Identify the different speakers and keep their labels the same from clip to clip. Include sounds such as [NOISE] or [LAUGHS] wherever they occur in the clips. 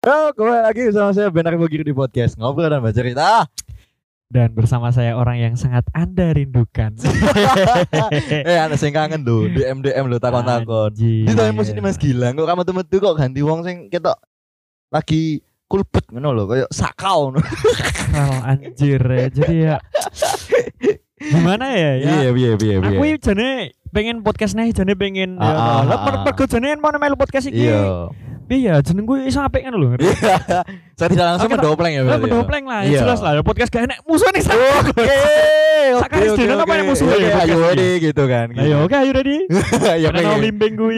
Speaker 1: Halo, kembali lagi bersama saya Benar Bogir di podcast Ngobrol dan Baca Cerita.
Speaker 2: dan bersama saya orang yang sangat anda rindukan.
Speaker 1: eh, ada sing kangen lho, DM DM lho [LAUGHS] takon-takon.
Speaker 2: Anjir.
Speaker 1: Di tahun musim ini Mas Gilang kok kamu metu kok ganti wong sing ketok lagi kulpet ngono lho, kayak sakau ngono.
Speaker 2: Sakral, anjir ya. Jadi ya gimana ya?
Speaker 1: iya,
Speaker 2: ya
Speaker 1: iya,
Speaker 2: aku ini jane pengen podcast nih, jane pengen
Speaker 1: Ah, ah,
Speaker 2: ya. Lah
Speaker 1: ah,
Speaker 2: per
Speaker 1: ah.
Speaker 2: pergo jane mau melu podcast iki.
Speaker 1: Iya.
Speaker 2: Iya, jeneng gue iso apik kan lho.
Speaker 1: Saya tidak langsung
Speaker 2: Oke, Pak.
Speaker 1: mendopleng ya berarti.
Speaker 2: Lah
Speaker 1: ya?
Speaker 2: mendopleng lah, ya
Speaker 1: Iya. Oh,
Speaker 2: jelas lah. ya Podcast gak enak musuh nih.
Speaker 1: Oke,
Speaker 2: Sakau
Speaker 1: oke,
Speaker 2: SD,
Speaker 1: oke,
Speaker 2: kenapa
Speaker 1: oke.
Speaker 2: yang musuh
Speaker 1: Oke,
Speaker 2: ya,
Speaker 1: Ayo
Speaker 2: podcast
Speaker 1: deh gitu kan. gitu.
Speaker 2: Ayo, oke ayo ready.
Speaker 1: [LAUGHS] Ya,
Speaker 2: Karena
Speaker 1: pengen.
Speaker 2: mau limbing gue.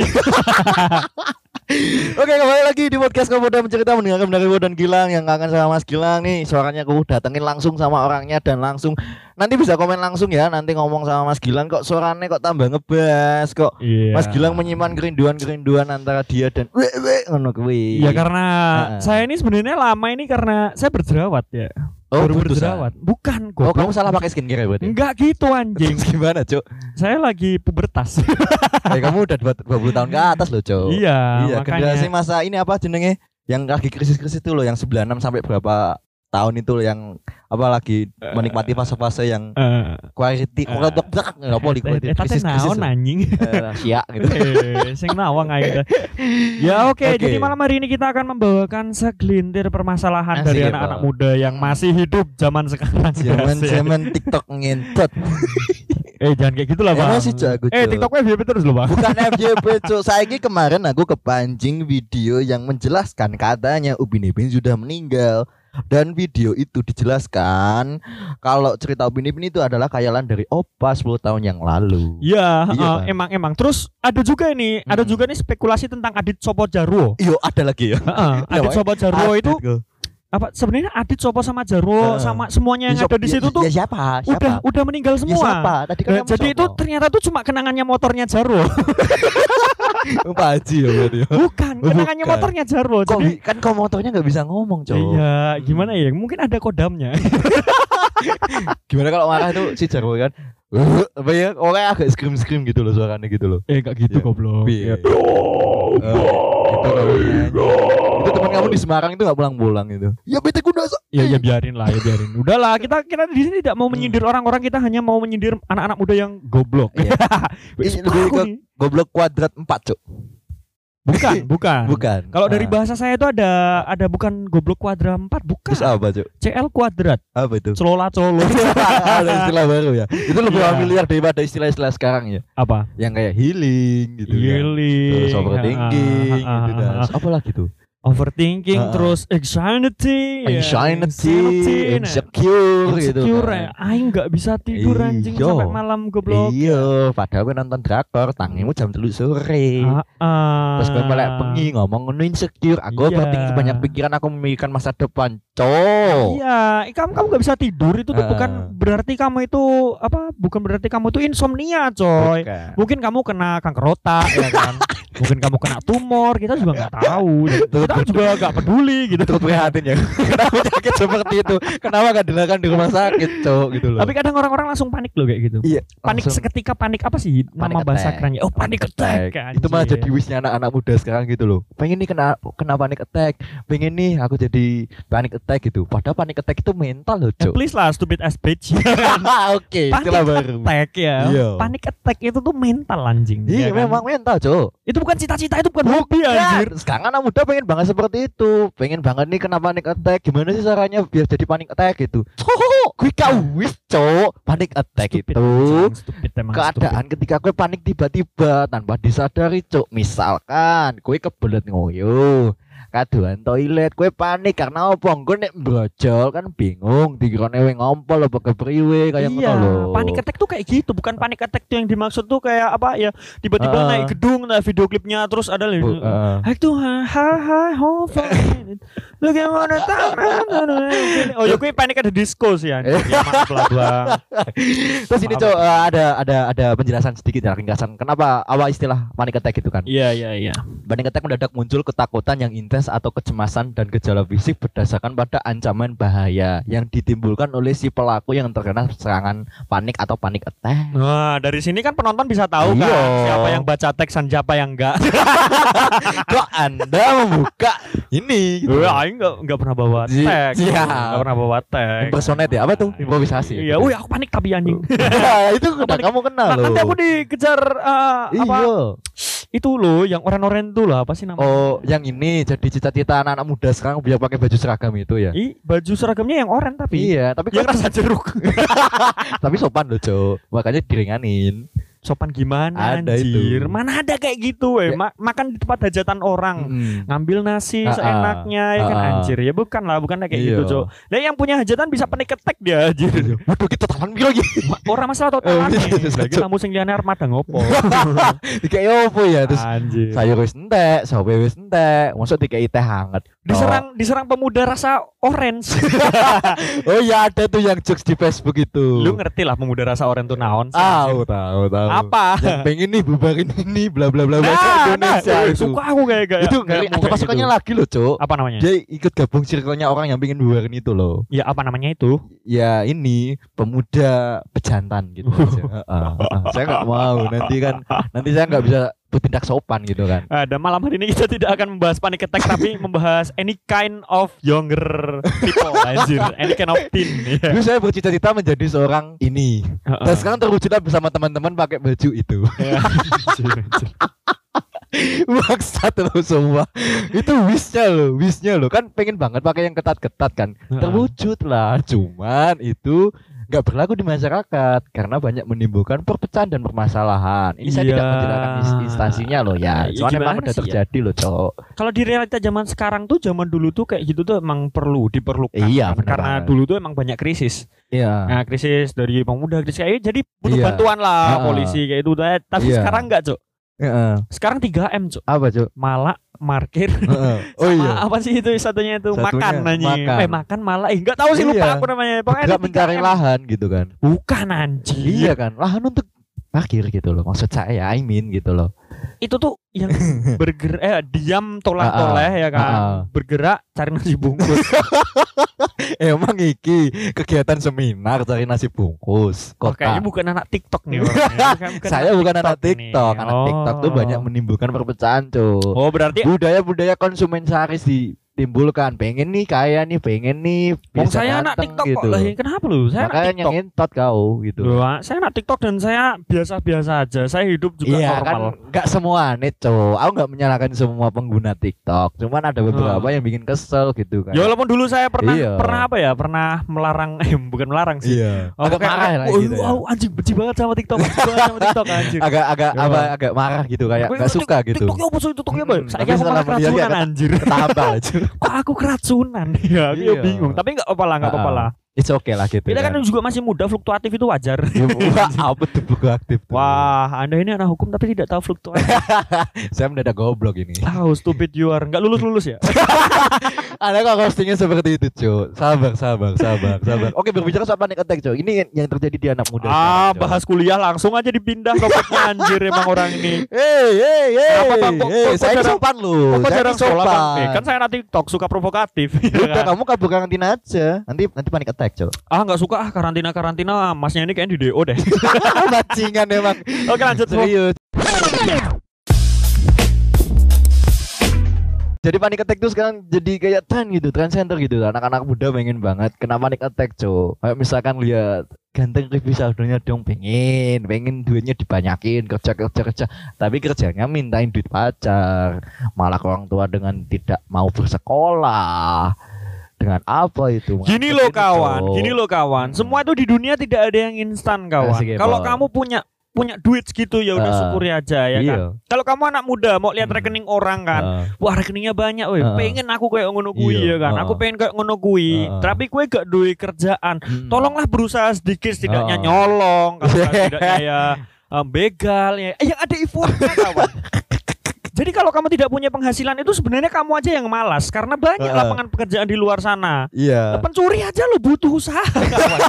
Speaker 1: Oke kembali lagi di podcast Komodo mencerita mendengarkan dari Bowo dan Gilang yang kangen sama Mas Gilang nih suaranya aku datengin langsung sama orangnya dan langsung nanti bisa komen langsung ya nanti ngomong sama Mas Gilang kok suaranya kok tambah ngebas kok
Speaker 2: Iya.
Speaker 1: [LAUGHS] Mas Gilang menyimpan kerinduan kerinduan antara dia dan we we ngono kuwi
Speaker 2: Ya karena
Speaker 1: Ah.
Speaker 2: saya ini sebenarnya lama ini karena saya berjerawat ya.
Speaker 1: oh,
Speaker 2: baru
Speaker 1: putus, ah?
Speaker 2: berjerawat. Bukan
Speaker 1: oh
Speaker 2: goblok.
Speaker 1: kamu salah pakai skincare ya berarti
Speaker 2: Enggak gitu
Speaker 1: [LAUGHS]
Speaker 2: anjing.
Speaker 1: Terus gimana Cok?
Speaker 2: saya lagi pubertas.
Speaker 1: Eh, kamu udah 20 tahun ke atas loh Cok
Speaker 2: iya,
Speaker 1: iya
Speaker 2: makanya.
Speaker 1: generasi masa ini apa jenenge yang lagi krisis-krisis itu loh yang 96 sampai berapa tahun itu loh yang apa lagi menikmati fase-fase yang
Speaker 2: Eh,
Speaker 1: quality
Speaker 2: Eh,
Speaker 1: orang tok tok nggak boleh quality
Speaker 2: eh, eh, tapi naon anjing.
Speaker 1: Eh, sia gitu
Speaker 2: [LAUGHS] Eh, Sing nawang aja.
Speaker 1: [LAUGHS]
Speaker 2: Ya oke,
Speaker 1: Oke.
Speaker 2: jadi malam hari ini kita akan membawakan segelintir permasalahan
Speaker 1: Asik
Speaker 2: dari
Speaker 1: ya,
Speaker 2: anak-anak
Speaker 1: Pak.
Speaker 2: muda yang masih hidup zaman sekarang.
Speaker 1: zaman
Speaker 2: [LAUGHS] Asik.
Speaker 1: zaman TikTok ngentot
Speaker 2: Eh jangan kayak gitu lah, Bang.
Speaker 1: Emosi, Cok, aku,
Speaker 2: eh
Speaker 1: Cok.
Speaker 2: TikToknya FYP terus loh, Bang. [LAUGHS]
Speaker 1: bukan FJP cuk saiki kemarin aku kepancing video yang menjelaskan katanya Ubin Ipin sudah meninggal dan video itu dijelaskan kalau cerita Ubin Ipin itu adalah khayalan dari opa 10 tahun yang lalu
Speaker 2: Iya,
Speaker 1: Iya,
Speaker 2: eh,
Speaker 1: Bang.
Speaker 2: emang emang. Terus ada juga ini, ada
Speaker 1: Mm.
Speaker 2: juga nih spekulasi tentang Adit Sopo Jarwo.
Speaker 1: Yo ada lagi ya
Speaker 2: Heeh,
Speaker 1: Iya,
Speaker 2: Adit
Speaker 1: Bang.
Speaker 2: Sopo Jarwo itu
Speaker 1: Update, go.
Speaker 2: apa sebenarnya Adit Sopo sama Jarwo
Speaker 1: Heeh.
Speaker 2: sama semuanya
Speaker 1: Ya,
Speaker 2: yang ada di
Speaker 1: ya,
Speaker 2: situ
Speaker 1: ya,
Speaker 2: tuh
Speaker 1: ya, siapa? Siapa?
Speaker 2: udah udah meninggal
Speaker 1: Ya, siapa?
Speaker 2: semua.
Speaker 1: Tadi kan
Speaker 2: Eh,
Speaker 1: kamu
Speaker 2: jadi itu
Speaker 1: siapa?
Speaker 2: ternyata tuh cuma kenangannya motornya Jarwo.
Speaker 1: Pak Haji ya berarti.
Speaker 2: [LAUGHS] Bukan,
Speaker 1: Oh,
Speaker 2: kenangannya
Speaker 1: bukan.
Speaker 2: motornya Jarwo.
Speaker 1: Kok Hmm.
Speaker 2: Jadi
Speaker 1: bi- kan kau motornya nggak bisa ngomong, Cok.
Speaker 2: Iya, gimana ya? Mungkin ada
Speaker 1: [LAUGHS]
Speaker 2: kodamnya.
Speaker 1: Gimana kalau marah itu si Jarwo kan? [LAUGHS] Apa ya? Orangnya agak scream-scream gitu loh suaranya gitu loh.
Speaker 2: eh, enggak gitu
Speaker 1: Iya.
Speaker 2: goblok.
Speaker 1: Iya.
Speaker 2: Iya.
Speaker 1: Eh, gitu loh. Itu teman kamu di Semarang itu nggak pulang-pulang gitu. Ya bete kuda. Sok.
Speaker 2: Ya ya biarin lah, ya biarin. Udahlah, kita kita di sini tidak mau
Speaker 1: Hmm.
Speaker 2: menyindir orang-orang, kita hanya mau menyindir anak-anak muda yang goblok. [LAUGHS]
Speaker 1: Iya.
Speaker 2: Wis,
Speaker 1: Ini lebih
Speaker 2: aku
Speaker 1: ke-
Speaker 2: nih.
Speaker 1: Goblok kuadrat 4, Cok. [LAUGHS]
Speaker 2: Bukan, bukan.
Speaker 1: Bukan.
Speaker 2: Kalau dari
Speaker 1: Ah.
Speaker 2: bahasa saya itu ada ada bukan goblok kuadrat 4, bukan.
Speaker 1: Terus apa, Cok?
Speaker 2: CL kuadrat,
Speaker 1: Apa itu?
Speaker 2: celola colo.
Speaker 1: [LAUGHS] Ada istilah baru ya. Itu lebih
Speaker 2: Iya.
Speaker 1: familiar daripada istilah-istilah sekarang ya.
Speaker 2: Apa?
Speaker 1: Yang kayak healing gitu kan.
Speaker 2: Healing,
Speaker 1: terus overthinking
Speaker 2: ah, ah,
Speaker 1: gitu dan
Speaker 2: ah, ah.
Speaker 1: apa lagi tuh
Speaker 2: overthinking,
Speaker 1: Ah, ah.
Speaker 2: terus anxiety, ya,
Speaker 1: anxiety
Speaker 2: anxiety, nah.
Speaker 1: insecure gitu
Speaker 2: insecure,
Speaker 1: kan.
Speaker 2: ya. aing nggak bisa tidur anjing
Speaker 1: Iya.
Speaker 2: sampai malam goblok.
Speaker 1: iya padahal gue nonton drakor tangimu jam telu sore
Speaker 2: Ah, ah.
Speaker 1: terus gue melek pengi ngomong ngono insecure aku
Speaker 2: Iya.
Speaker 1: overthinking banyak pikiran aku memikirkan masa depan cowok
Speaker 2: Iya, eh, kamu kamu nggak bisa tidur itu tuh
Speaker 1: Ah,
Speaker 2: bukan
Speaker 1: ah.
Speaker 2: berarti kamu itu apa? Bukan berarti kamu itu insomnia, coy.
Speaker 1: Iya.
Speaker 2: Mungkin kamu kena kanker otak ya
Speaker 1: [LAUGHS]
Speaker 2: kan. Mungkin kamu kena tumor, kita juga nggak tahu. Kita juga nggak peduli gitu.
Speaker 1: Turut prihatin ya [LAUGHS] Kenapa sakit seperti itu Kenapa gak dilakukan di rumah sakit cowok gitu loh
Speaker 2: Tapi kadang orang-orang langsung panik loh kayak gitu.
Speaker 1: Iya
Speaker 2: Panik
Speaker 1: langsung
Speaker 2: seketika panik apa sih nama
Speaker 1: Panic
Speaker 2: bahasa
Speaker 1: attack.
Speaker 2: kerennya? Oh, panik attack. Ya,
Speaker 1: Itu malah
Speaker 2: anjir.
Speaker 1: jadi wishnya anak-anak muda sekarang gitu loh. Pengen nih kena kena panic attack, pengen nih aku jadi panic attack gitu. Padahal panic attack itu mental loh,
Speaker 2: Eh,
Speaker 1: Cuk.
Speaker 2: please lah stupid ass
Speaker 1: [LAUGHS]
Speaker 2: bitch.
Speaker 1: Oke,
Speaker 2: Panic
Speaker 1: istilah baru.
Speaker 2: attack ya.
Speaker 1: Iya.
Speaker 2: Panic attack itu tuh mental anjing.
Speaker 1: Iya,
Speaker 2: ya kan?
Speaker 1: memang mental, Cuk.
Speaker 2: Itu bukan cita-cita, itu bukan hobi
Speaker 1: Ya,
Speaker 2: anjir.
Speaker 1: sekarang anak muda pengen banget seperti itu. Pengen banget nih kena panic attack. Gimana sih caranya biar jadi panic attack gitu? Cuk, gue kau wish, Cuk. Panic attack gitu.
Speaker 2: Stupid,
Speaker 1: itu.
Speaker 2: anjing, stupid emang
Speaker 1: keadaan ketika gue panik tiba-tiba tanpa disadari cuk misalkan gue kebelet ngoyo kaduan toilet gue panik karena apa gue nek brojol kan bingung dikirane we ngompol apa kepriwe
Speaker 2: stupid.
Speaker 1: kayak gitu
Speaker 2: Iya,
Speaker 1: ngono lho
Speaker 2: panik attack tuh kayak gitu, bukan panik attack tuh yang dimaksud tuh kayak apa ya? Tiba-tiba
Speaker 1: Ah.
Speaker 2: naik gedung, nah video klipnya terus ada lagi.
Speaker 1: Bu- eh. ah. heeh.
Speaker 2: Hai tuh, ha ha ho for a minute. Look at what I done. Oh, ya gue panik ada disco sih
Speaker 1: Eh.
Speaker 2: anjing. Ya maaf lah, Bang.
Speaker 1: terus ini
Speaker 2: Maaf.
Speaker 1: cuk eh, ada ada ada penjelasan sedikit ya ringkasan kenapa awal istilah panik attack itu kan
Speaker 2: Iya, iya, iya.
Speaker 1: Panic attack mendadak muncul ketakutan yang intens atau kecemasan dan gejala fisik berdasarkan pada ancaman bahaya yang ditimbulkan oleh si pelaku yang terkena serangan panik atau panic attack.
Speaker 2: Nah, dari sini kan penonton bisa tahu
Speaker 1: Iya.
Speaker 2: kan siapa yang baca teks dan siapa yang enggak.
Speaker 1: Kok Anda membuka ini
Speaker 2: [LAUGHS]
Speaker 1: gitu.
Speaker 2: Gue Eh, aing enggak enggak pernah bawa
Speaker 1: Ji-
Speaker 2: tag.
Speaker 1: iya.
Speaker 2: Enggak pernah bawa tag.
Speaker 1: Impersonet ya apa tuh improvisasi. Ya,
Speaker 2: Iya,
Speaker 1: [LAUGHS]
Speaker 2: wih aku panik tapi anjing.
Speaker 1: itu udah kamu kenal
Speaker 2: Nah,
Speaker 1: loh.
Speaker 2: nanti aku dikejar eh, apa
Speaker 1: Iya.
Speaker 2: itu loh yang orang-orang itu lah apa sih namanya?
Speaker 1: Oh, yang ini jadi cita-cita anak-anak muda sekarang biar pakai baju seragam itu ya.
Speaker 2: Ih, baju seragamnya yang oranye Iya, tapi.
Speaker 1: Iya, tapi
Speaker 2: Yang
Speaker 1: kan-
Speaker 2: rasa jeruk.
Speaker 1: [LAUGHS] tapi sopan loh, Jo. Makanya diringanin.
Speaker 2: Sopan gimana
Speaker 1: Ada itu.
Speaker 2: anjir? Mana ada kayak gitu eh.
Speaker 1: Ya.
Speaker 2: Ma- makan di tempat hajatan orang.
Speaker 1: Mm.
Speaker 2: ngambil nasi
Speaker 1: Ah, ah.
Speaker 2: seenaknya ya kan
Speaker 1: Ah, ah.
Speaker 2: anjir ya bukan lah bukan kayak
Speaker 1: Iya.
Speaker 2: gitu cok dan yang punya hajatan bisa panik ketek dia
Speaker 1: [LAUGHS]
Speaker 2: anjir
Speaker 1: Waduh, kita tahan piro
Speaker 2: [LAUGHS]
Speaker 1: lagi.
Speaker 2: orang masalah
Speaker 1: Eh,
Speaker 2: total
Speaker 1: iya,
Speaker 2: lagi
Speaker 1: cok.
Speaker 2: kamu sing liane arep madang opo
Speaker 1: Dikei opo ya [LAUGHS] terus
Speaker 2: anjir
Speaker 1: sayur wis entek, sope wis entek, masuk dikei teh hangat.
Speaker 2: diserang diserang pemuda rasa orange
Speaker 1: Oh iya ada tuh yang jokes di Facebook itu.
Speaker 2: [LAUGHS] lu ngerti lah pemuda rasa orange tuh naon sih,
Speaker 1: tahu
Speaker 2: anjir.
Speaker 1: tahu tahu.
Speaker 2: apa
Speaker 1: Yang pengen nih bubarin ini bla bla bla
Speaker 2: [LAUGHS]
Speaker 1: bla
Speaker 2: nah,
Speaker 1: Ya, Indonesia
Speaker 2: nah,
Speaker 1: itu.
Speaker 2: suka aku kayak kayak
Speaker 1: itu
Speaker 2: kayak
Speaker 1: ngeri.
Speaker 2: mau
Speaker 1: Ada
Speaker 2: kayak
Speaker 1: pasukannya
Speaker 2: gitu.
Speaker 1: lagi loh, Cok.
Speaker 2: apa namanya
Speaker 1: Dia ikut gabung circle-nya orang yang pengen bubarin itu loh.
Speaker 2: ya apa namanya itu
Speaker 1: Ya ini pemuda pejantan gitu
Speaker 2: Uh.
Speaker 1: aja. Heeh, heeh. Saya nggak mau nanti kan nanti saya nggak bisa bertindak sopan gitu kan.
Speaker 2: ada Eh, malam hari ini kita [LAUGHS] tidak akan membahas panic attack tapi membahas any kind of younger
Speaker 1: [LAUGHS]
Speaker 2: people anjir any kind of teen [LAUGHS] ya.
Speaker 1: Dulu saya bercita-cita menjadi seorang ini.
Speaker 2: Heeh.
Speaker 1: Dan sekarang terwujudlah bersama teman-teman pakai baju itu. [LAUGHS]
Speaker 2: Ya, anjir, anjir.
Speaker 1: Maksud lo semua. Itu wishnya lo, wishnya lo kan pengen banget pakai yang ketat-ketat kan. Terwujud lah, cuman itu nggak berlaku di masyarakat karena banyak menimbulkan perpecahan dan permasalahan. Ini saya
Speaker 2: Iya.
Speaker 1: tidak menjelaskan ins- instansinya loh ya. Cuman
Speaker 2: Ya, gimana
Speaker 1: memang udah
Speaker 2: sih ya?
Speaker 1: terjadi loh, Cok.
Speaker 2: Kalau di realita zaman sekarang tuh zaman dulu tuh kayak gitu tuh emang perlu diperlukan.
Speaker 1: Iya, bener
Speaker 2: karena
Speaker 1: banget.
Speaker 2: dulu tuh emang banyak krisis.
Speaker 1: Iya.
Speaker 2: Nah, krisis dari pemuda krisis kayak gitu, jadi butuh
Speaker 1: Iya.
Speaker 2: bantuan
Speaker 1: Ah.
Speaker 2: lah polisi kayak itu. Nah, Tapi
Speaker 1: Iya.
Speaker 2: sekarang enggak, Cuk.
Speaker 1: Heeh.
Speaker 2: Sekarang 3M, Cuk.
Speaker 1: Apa, Cok?
Speaker 2: Malak, markir,
Speaker 1: Heeh. [LAUGHS] Oh
Speaker 2: sama
Speaker 1: iya.
Speaker 2: apa sih itu satunya itu
Speaker 1: Satunya,
Speaker 2: makan anjing.
Speaker 1: makan.
Speaker 2: Eh, makan malah eh enggak tahu sih lupa
Speaker 1: Iya.
Speaker 2: aku namanya. Pokoknya ada
Speaker 1: Nggak mencari
Speaker 2: 3M.
Speaker 1: lahan gitu kan.
Speaker 2: Bukan anjing.
Speaker 1: Iya kan, lahan untuk parkir gitu loh. Maksud saya, I mean gitu loh.
Speaker 2: Itu tuh yang
Speaker 1: [LAUGHS]
Speaker 2: bergerak eh diam
Speaker 1: Ah,
Speaker 2: tolak
Speaker 1: ah.
Speaker 2: toleh ya kan.
Speaker 1: Ah, ah.
Speaker 2: Bergerak cari nasi bungkus.
Speaker 1: [LAUGHS] Emang iki kegiatan seminar cari nasi bungkus
Speaker 2: Oh,
Speaker 1: [LAUGHS] kota.
Speaker 2: kayaknya bukan anak TikTok
Speaker 1: [LAUGHS]
Speaker 2: nih. orangnya. Bukan, bukan
Speaker 1: saya bukan anak
Speaker 2: nih.
Speaker 1: TikTok, anak
Speaker 2: Oh.
Speaker 1: TikTok tuh banyak menimbulkan perpecahan tuh.
Speaker 2: Oh berarti
Speaker 1: Budaya-budaya konsumen sehari ditimbulkan. Pengen nih kaya nih, pengen nih.
Speaker 2: Wong
Speaker 1: bisa
Speaker 2: saya anak
Speaker 1: ganteng gitu.
Speaker 2: TikTok kok lah. iya, Kenapa lu? Saya
Speaker 1: Makanya
Speaker 2: anak TikTok.
Speaker 1: nyentot kau gitu.
Speaker 2: Loh, ah, saya anak TikTok dan saya biasa-biasa aja. Saya hidup juga
Speaker 1: iya kan
Speaker 2: normal.
Speaker 1: nggak semua nih cowok. Aku nggak menyalahkan semua pengguna TikTok. Cuman
Speaker 2: Ah.
Speaker 1: ada beberapa yang bikin kesel gitu kan.
Speaker 2: Ya walaupun dulu saya pernah
Speaker 1: Iya.
Speaker 2: pernah apa ya? Pernah melarang eh bukan melarang sih.
Speaker 1: Iya.
Speaker 2: Oh,
Speaker 1: agak
Speaker 2: kayak-
Speaker 1: marah lah
Speaker 2: oh,
Speaker 1: gitu. ya.
Speaker 2: wow, anjing benci banget sama TikTok, benci banget sama
Speaker 1: [LAUGHS]
Speaker 2: TikTok anjing.
Speaker 1: Agak agak
Speaker 2: Iya.
Speaker 1: apa agak marah gitu kayak
Speaker 2: Aku
Speaker 1: nggak
Speaker 2: ikut
Speaker 1: suka gitu.
Speaker 2: TikToknya apa sih? TikToknya apa?
Speaker 1: Mm,
Speaker 2: Saya
Speaker 1: tapi
Speaker 2: aku
Speaker 1: setelah
Speaker 2: malah
Speaker 1: melihat ya,
Speaker 2: keracunan
Speaker 1: kata-
Speaker 2: anjir.
Speaker 1: Ketambah aja.
Speaker 2: Kok aku keracunan? [LAUGHS] Ya, aku ya
Speaker 1: Iya.
Speaker 2: bingung. Tapi enggak apa-apa lah, enggak apa-apa
Speaker 1: Ah,
Speaker 2: lah.
Speaker 1: It's okay lah gitu.
Speaker 2: Kita kan juga masih muda, fluktuatif itu wajar.
Speaker 1: Ya, Wah, apa tuh buku aktif tuh?
Speaker 2: Wah, Anda ini anak hukum tapi tidak tahu
Speaker 1: [LAUGHS]
Speaker 2: fluktuasi.
Speaker 1: Saya mendadak goblok ini.
Speaker 2: tahu stupid you are. Enggak lulus-lulus ya?
Speaker 1: Ada kok roastingnya seperti itu, Cuk. Sabar, sabar, sabar, sabar. Oke, berbicara soal panic attack, Cuk. Ini yang terjadi di anak muda.
Speaker 2: ah,
Speaker 1: sekarang, Cuk.
Speaker 2: bahas kuliah langsung aja dipindah topiknya anjir emang orang ini.
Speaker 1: Hey, hey, hey.
Speaker 2: Apa, Bang? Kok-
Speaker 1: Hey,
Speaker 2: kok- kok
Speaker 1: saya ini
Speaker 2: jarang-
Speaker 1: sopan lu.
Speaker 2: Kok
Speaker 1: Oh, Saya Iya,
Speaker 2: jarang
Speaker 1: ini
Speaker 2: sekolah
Speaker 1: sopan.
Speaker 2: Bang? Eh, kan saya nanti TikTok suka
Speaker 1: [LAUGHS]
Speaker 2: provokatif. ya
Speaker 1: Udah
Speaker 2: kan?
Speaker 1: kamu kabur karantina aja. Nanti nanti panic attack, Cuk.
Speaker 2: Ah, nggak suka ah karantina-karantina. Masnya ini kayaknya di DO deh.
Speaker 1: [LAUGHS] Bajingan emang.
Speaker 2: Oke, lanjut. Bung.
Speaker 1: Serius. Jadi panic attack tuh sekarang jadi kayak tren gitu, trend center gitu. Anak-anak muda pengen banget kena panic attack, Cok. Kayak misalkan lihat ganteng Rifki Sardonya dong pengen, pengen duitnya dibanyakin, kerja kerja kerja. Tapi kerjanya mintain duit pacar, malah ke orang tua dengan tidak mau bersekolah. Dengan apa itu?
Speaker 2: Gini
Speaker 1: Maksudnya gitu,
Speaker 2: loh
Speaker 1: itu,
Speaker 2: kawan,
Speaker 1: Cok.
Speaker 2: gini loh kawan.
Speaker 1: Hmm.
Speaker 2: Semua itu di dunia tidak ada yang instan kawan.
Speaker 1: Asik ya,
Speaker 2: Kalau
Speaker 1: Bang.
Speaker 2: kamu punya punya duit segitu ya udah
Speaker 1: Ah,
Speaker 2: syukuri aja ya
Speaker 1: Iya. ah.
Speaker 2: kan. Kalau kamu anak muda mau lihat
Speaker 1: Hmm.
Speaker 2: rekening orang kan,
Speaker 1: Heeh.
Speaker 2: wah rekeningnya banyak weh.
Speaker 1: Heeh.
Speaker 2: Pengen aku kayak ngono kuwi
Speaker 1: Iya,
Speaker 2: ya kan.
Speaker 1: heeh.
Speaker 2: Aku pengen kayak ngono kuwi.
Speaker 1: Heeh.
Speaker 2: Tapi kue gak duwe kerjaan.
Speaker 1: Hmm.
Speaker 2: tolonglah berusaha sedikit setidaknya
Speaker 1: Oh.
Speaker 2: nyolong
Speaker 1: [LAUGHS]
Speaker 2: kalau nggak setidaknya ya em, begal ya Eh, yang ada effortnya kawan
Speaker 1: [LAUGHS]
Speaker 2: jadi kalau kamu tidak punya penghasilan itu sebenarnya kamu aja yang malas karena banyak
Speaker 1: Heeh.
Speaker 2: lapangan pekerjaan di luar sana
Speaker 1: Iya.
Speaker 2: pencuri aja lo butuh usaha
Speaker 1: [LAUGHS]
Speaker 2: kawan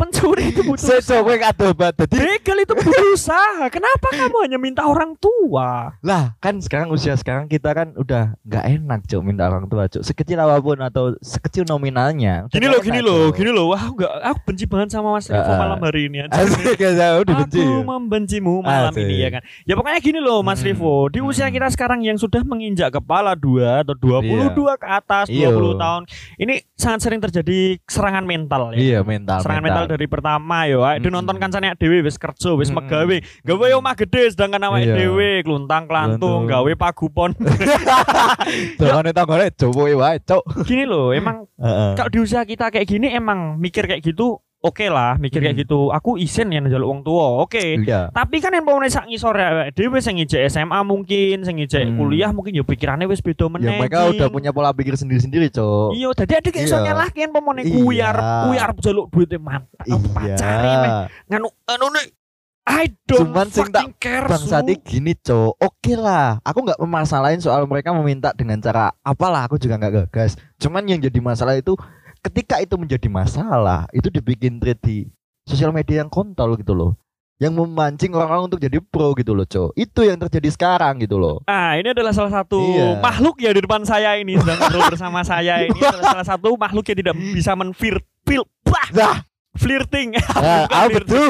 Speaker 2: pencuri itu butuh
Speaker 1: Saya
Speaker 2: usaha
Speaker 1: coba kado Jadi
Speaker 2: begal itu butuh usaha kenapa kamu hanya minta orang tua
Speaker 1: Lah kan sekarang usia sekarang kita kan udah nggak enak cuk minta orang tua cuk sekecil apapun atau sekecil nominalnya.
Speaker 2: gini
Speaker 1: Udah
Speaker 2: loh
Speaker 1: nggak
Speaker 2: gini
Speaker 1: enak,
Speaker 2: loh
Speaker 1: Cuk.
Speaker 2: gini loh wah aku, nggak- aku benci banget sama mas Revo
Speaker 1: Heeh.
Speaker 2: malam hari ini aja
Speaker 1: Asik ya udah benci.
Speaker 2: Aku membencimu malam
Speaker 1: Asik.
Speaker 2: ini ya kan. Ya pokoknya gini loh Mas
Speaker 1: Hmm.
Speaker 2: Rivo, di
Speaker 1: Hmm.
Speaker 2: usia kita sekarang yang sudah menginjak kepala dua atau 22 ke atas, 20
Speaker 1: Iya.
Speaker 2: tahun. Ini sangat sering terjadi serangan mental ya.
Speaker 1: Iya mental. Hmm.
Speaker 2: Serangan mental, dari pertama yo, ayo
Speaker 1: Mm-mm.
Speaker 2: nonton kan sana dewe wis kerja wis
Speaker 1: Mm-mm.
Speaker 2: megawe, gawe omah gede sedangkan awake
Speaker 1: Iya.
Speaker 2: dhewe kluntang
Speaker 1: Klantung.
Speaker 2: klantung, gawe
Speaker 1: [LAUGHS]
Speaker 2: pagupon.
Speaker 1: Jangan itu gue coba ya cok.
Speaker 2: Gini loh, emang
Speaker 1: Heeh.
Speaker 2: kalau di usia kita kayak gini emang mikir kayak gitu oke lah mikir kayak
Speaker 1: Hmm.
Speaker 2: gitu aku isin yang njaluk wong tua oke
Speaker 1: Iya.
Speaker 2: tapi kan yang pamannya sak ngisor ya dhewe sing ngijek SMA mungkin sing ngijek
Speaker 1: Hmm.
Speaker 2: kuliah mungkin ya pikirannya wis beda
Speaker 1: Ya
Speaker 2: meneh
Speaker 1: mereka
Speaker 2: Jing.
Speaker 1: udah punya pola pikir sendiri-sendiri cok.
Speaker 2: iya dadi ada kayak iso
Speaker 1: Iya.
Speaker 2: nyalah kan pemone
Speaker 1: Iya.
Speaker 2: kuwi arep kuwi arep njaluk duitnya mantap pacare meh
Speaker 1: Iya.
Speaker 2: nganu anu nih I don't
Speaker 1: Cuman sing tak
Speaker 2: fucking care
Speaker 1: Bang
Speaker 2: Su.
Speaker 1: Sati gini cok. Oke lah. Aku nggak memasalahin soal mereka meminta dengan cara apalah. Aku juga nggak gagas. Cuman yang jadi masalah itu ketika itu menjadi masalah itu dibikin thread di sosial media yang kontol gitu loh. Yang memancing orang-orang untuk jadi pro gitu loh cok. Itu yang terjadi sekarang gitu loh.
Speaker 2: Ah, ini adalah salah satu
Speaker 1: Iya.
Speaker 2: makhluk ya di depan saya ini sedang ngobrol bersama saya
Speaker 1: [LAUGHS]
Speaker 2: ini adalah salah satu makhluk yang tidak bisa menfir fil- bah,
Speaker 1: Nah,
Speaker 2: [LAUGHS] flirting
Speaker 1: nah,
Speaker 2: Bukan
Speaker 1: ah,
Speaker 2: flirting.
Speaker 1: betul.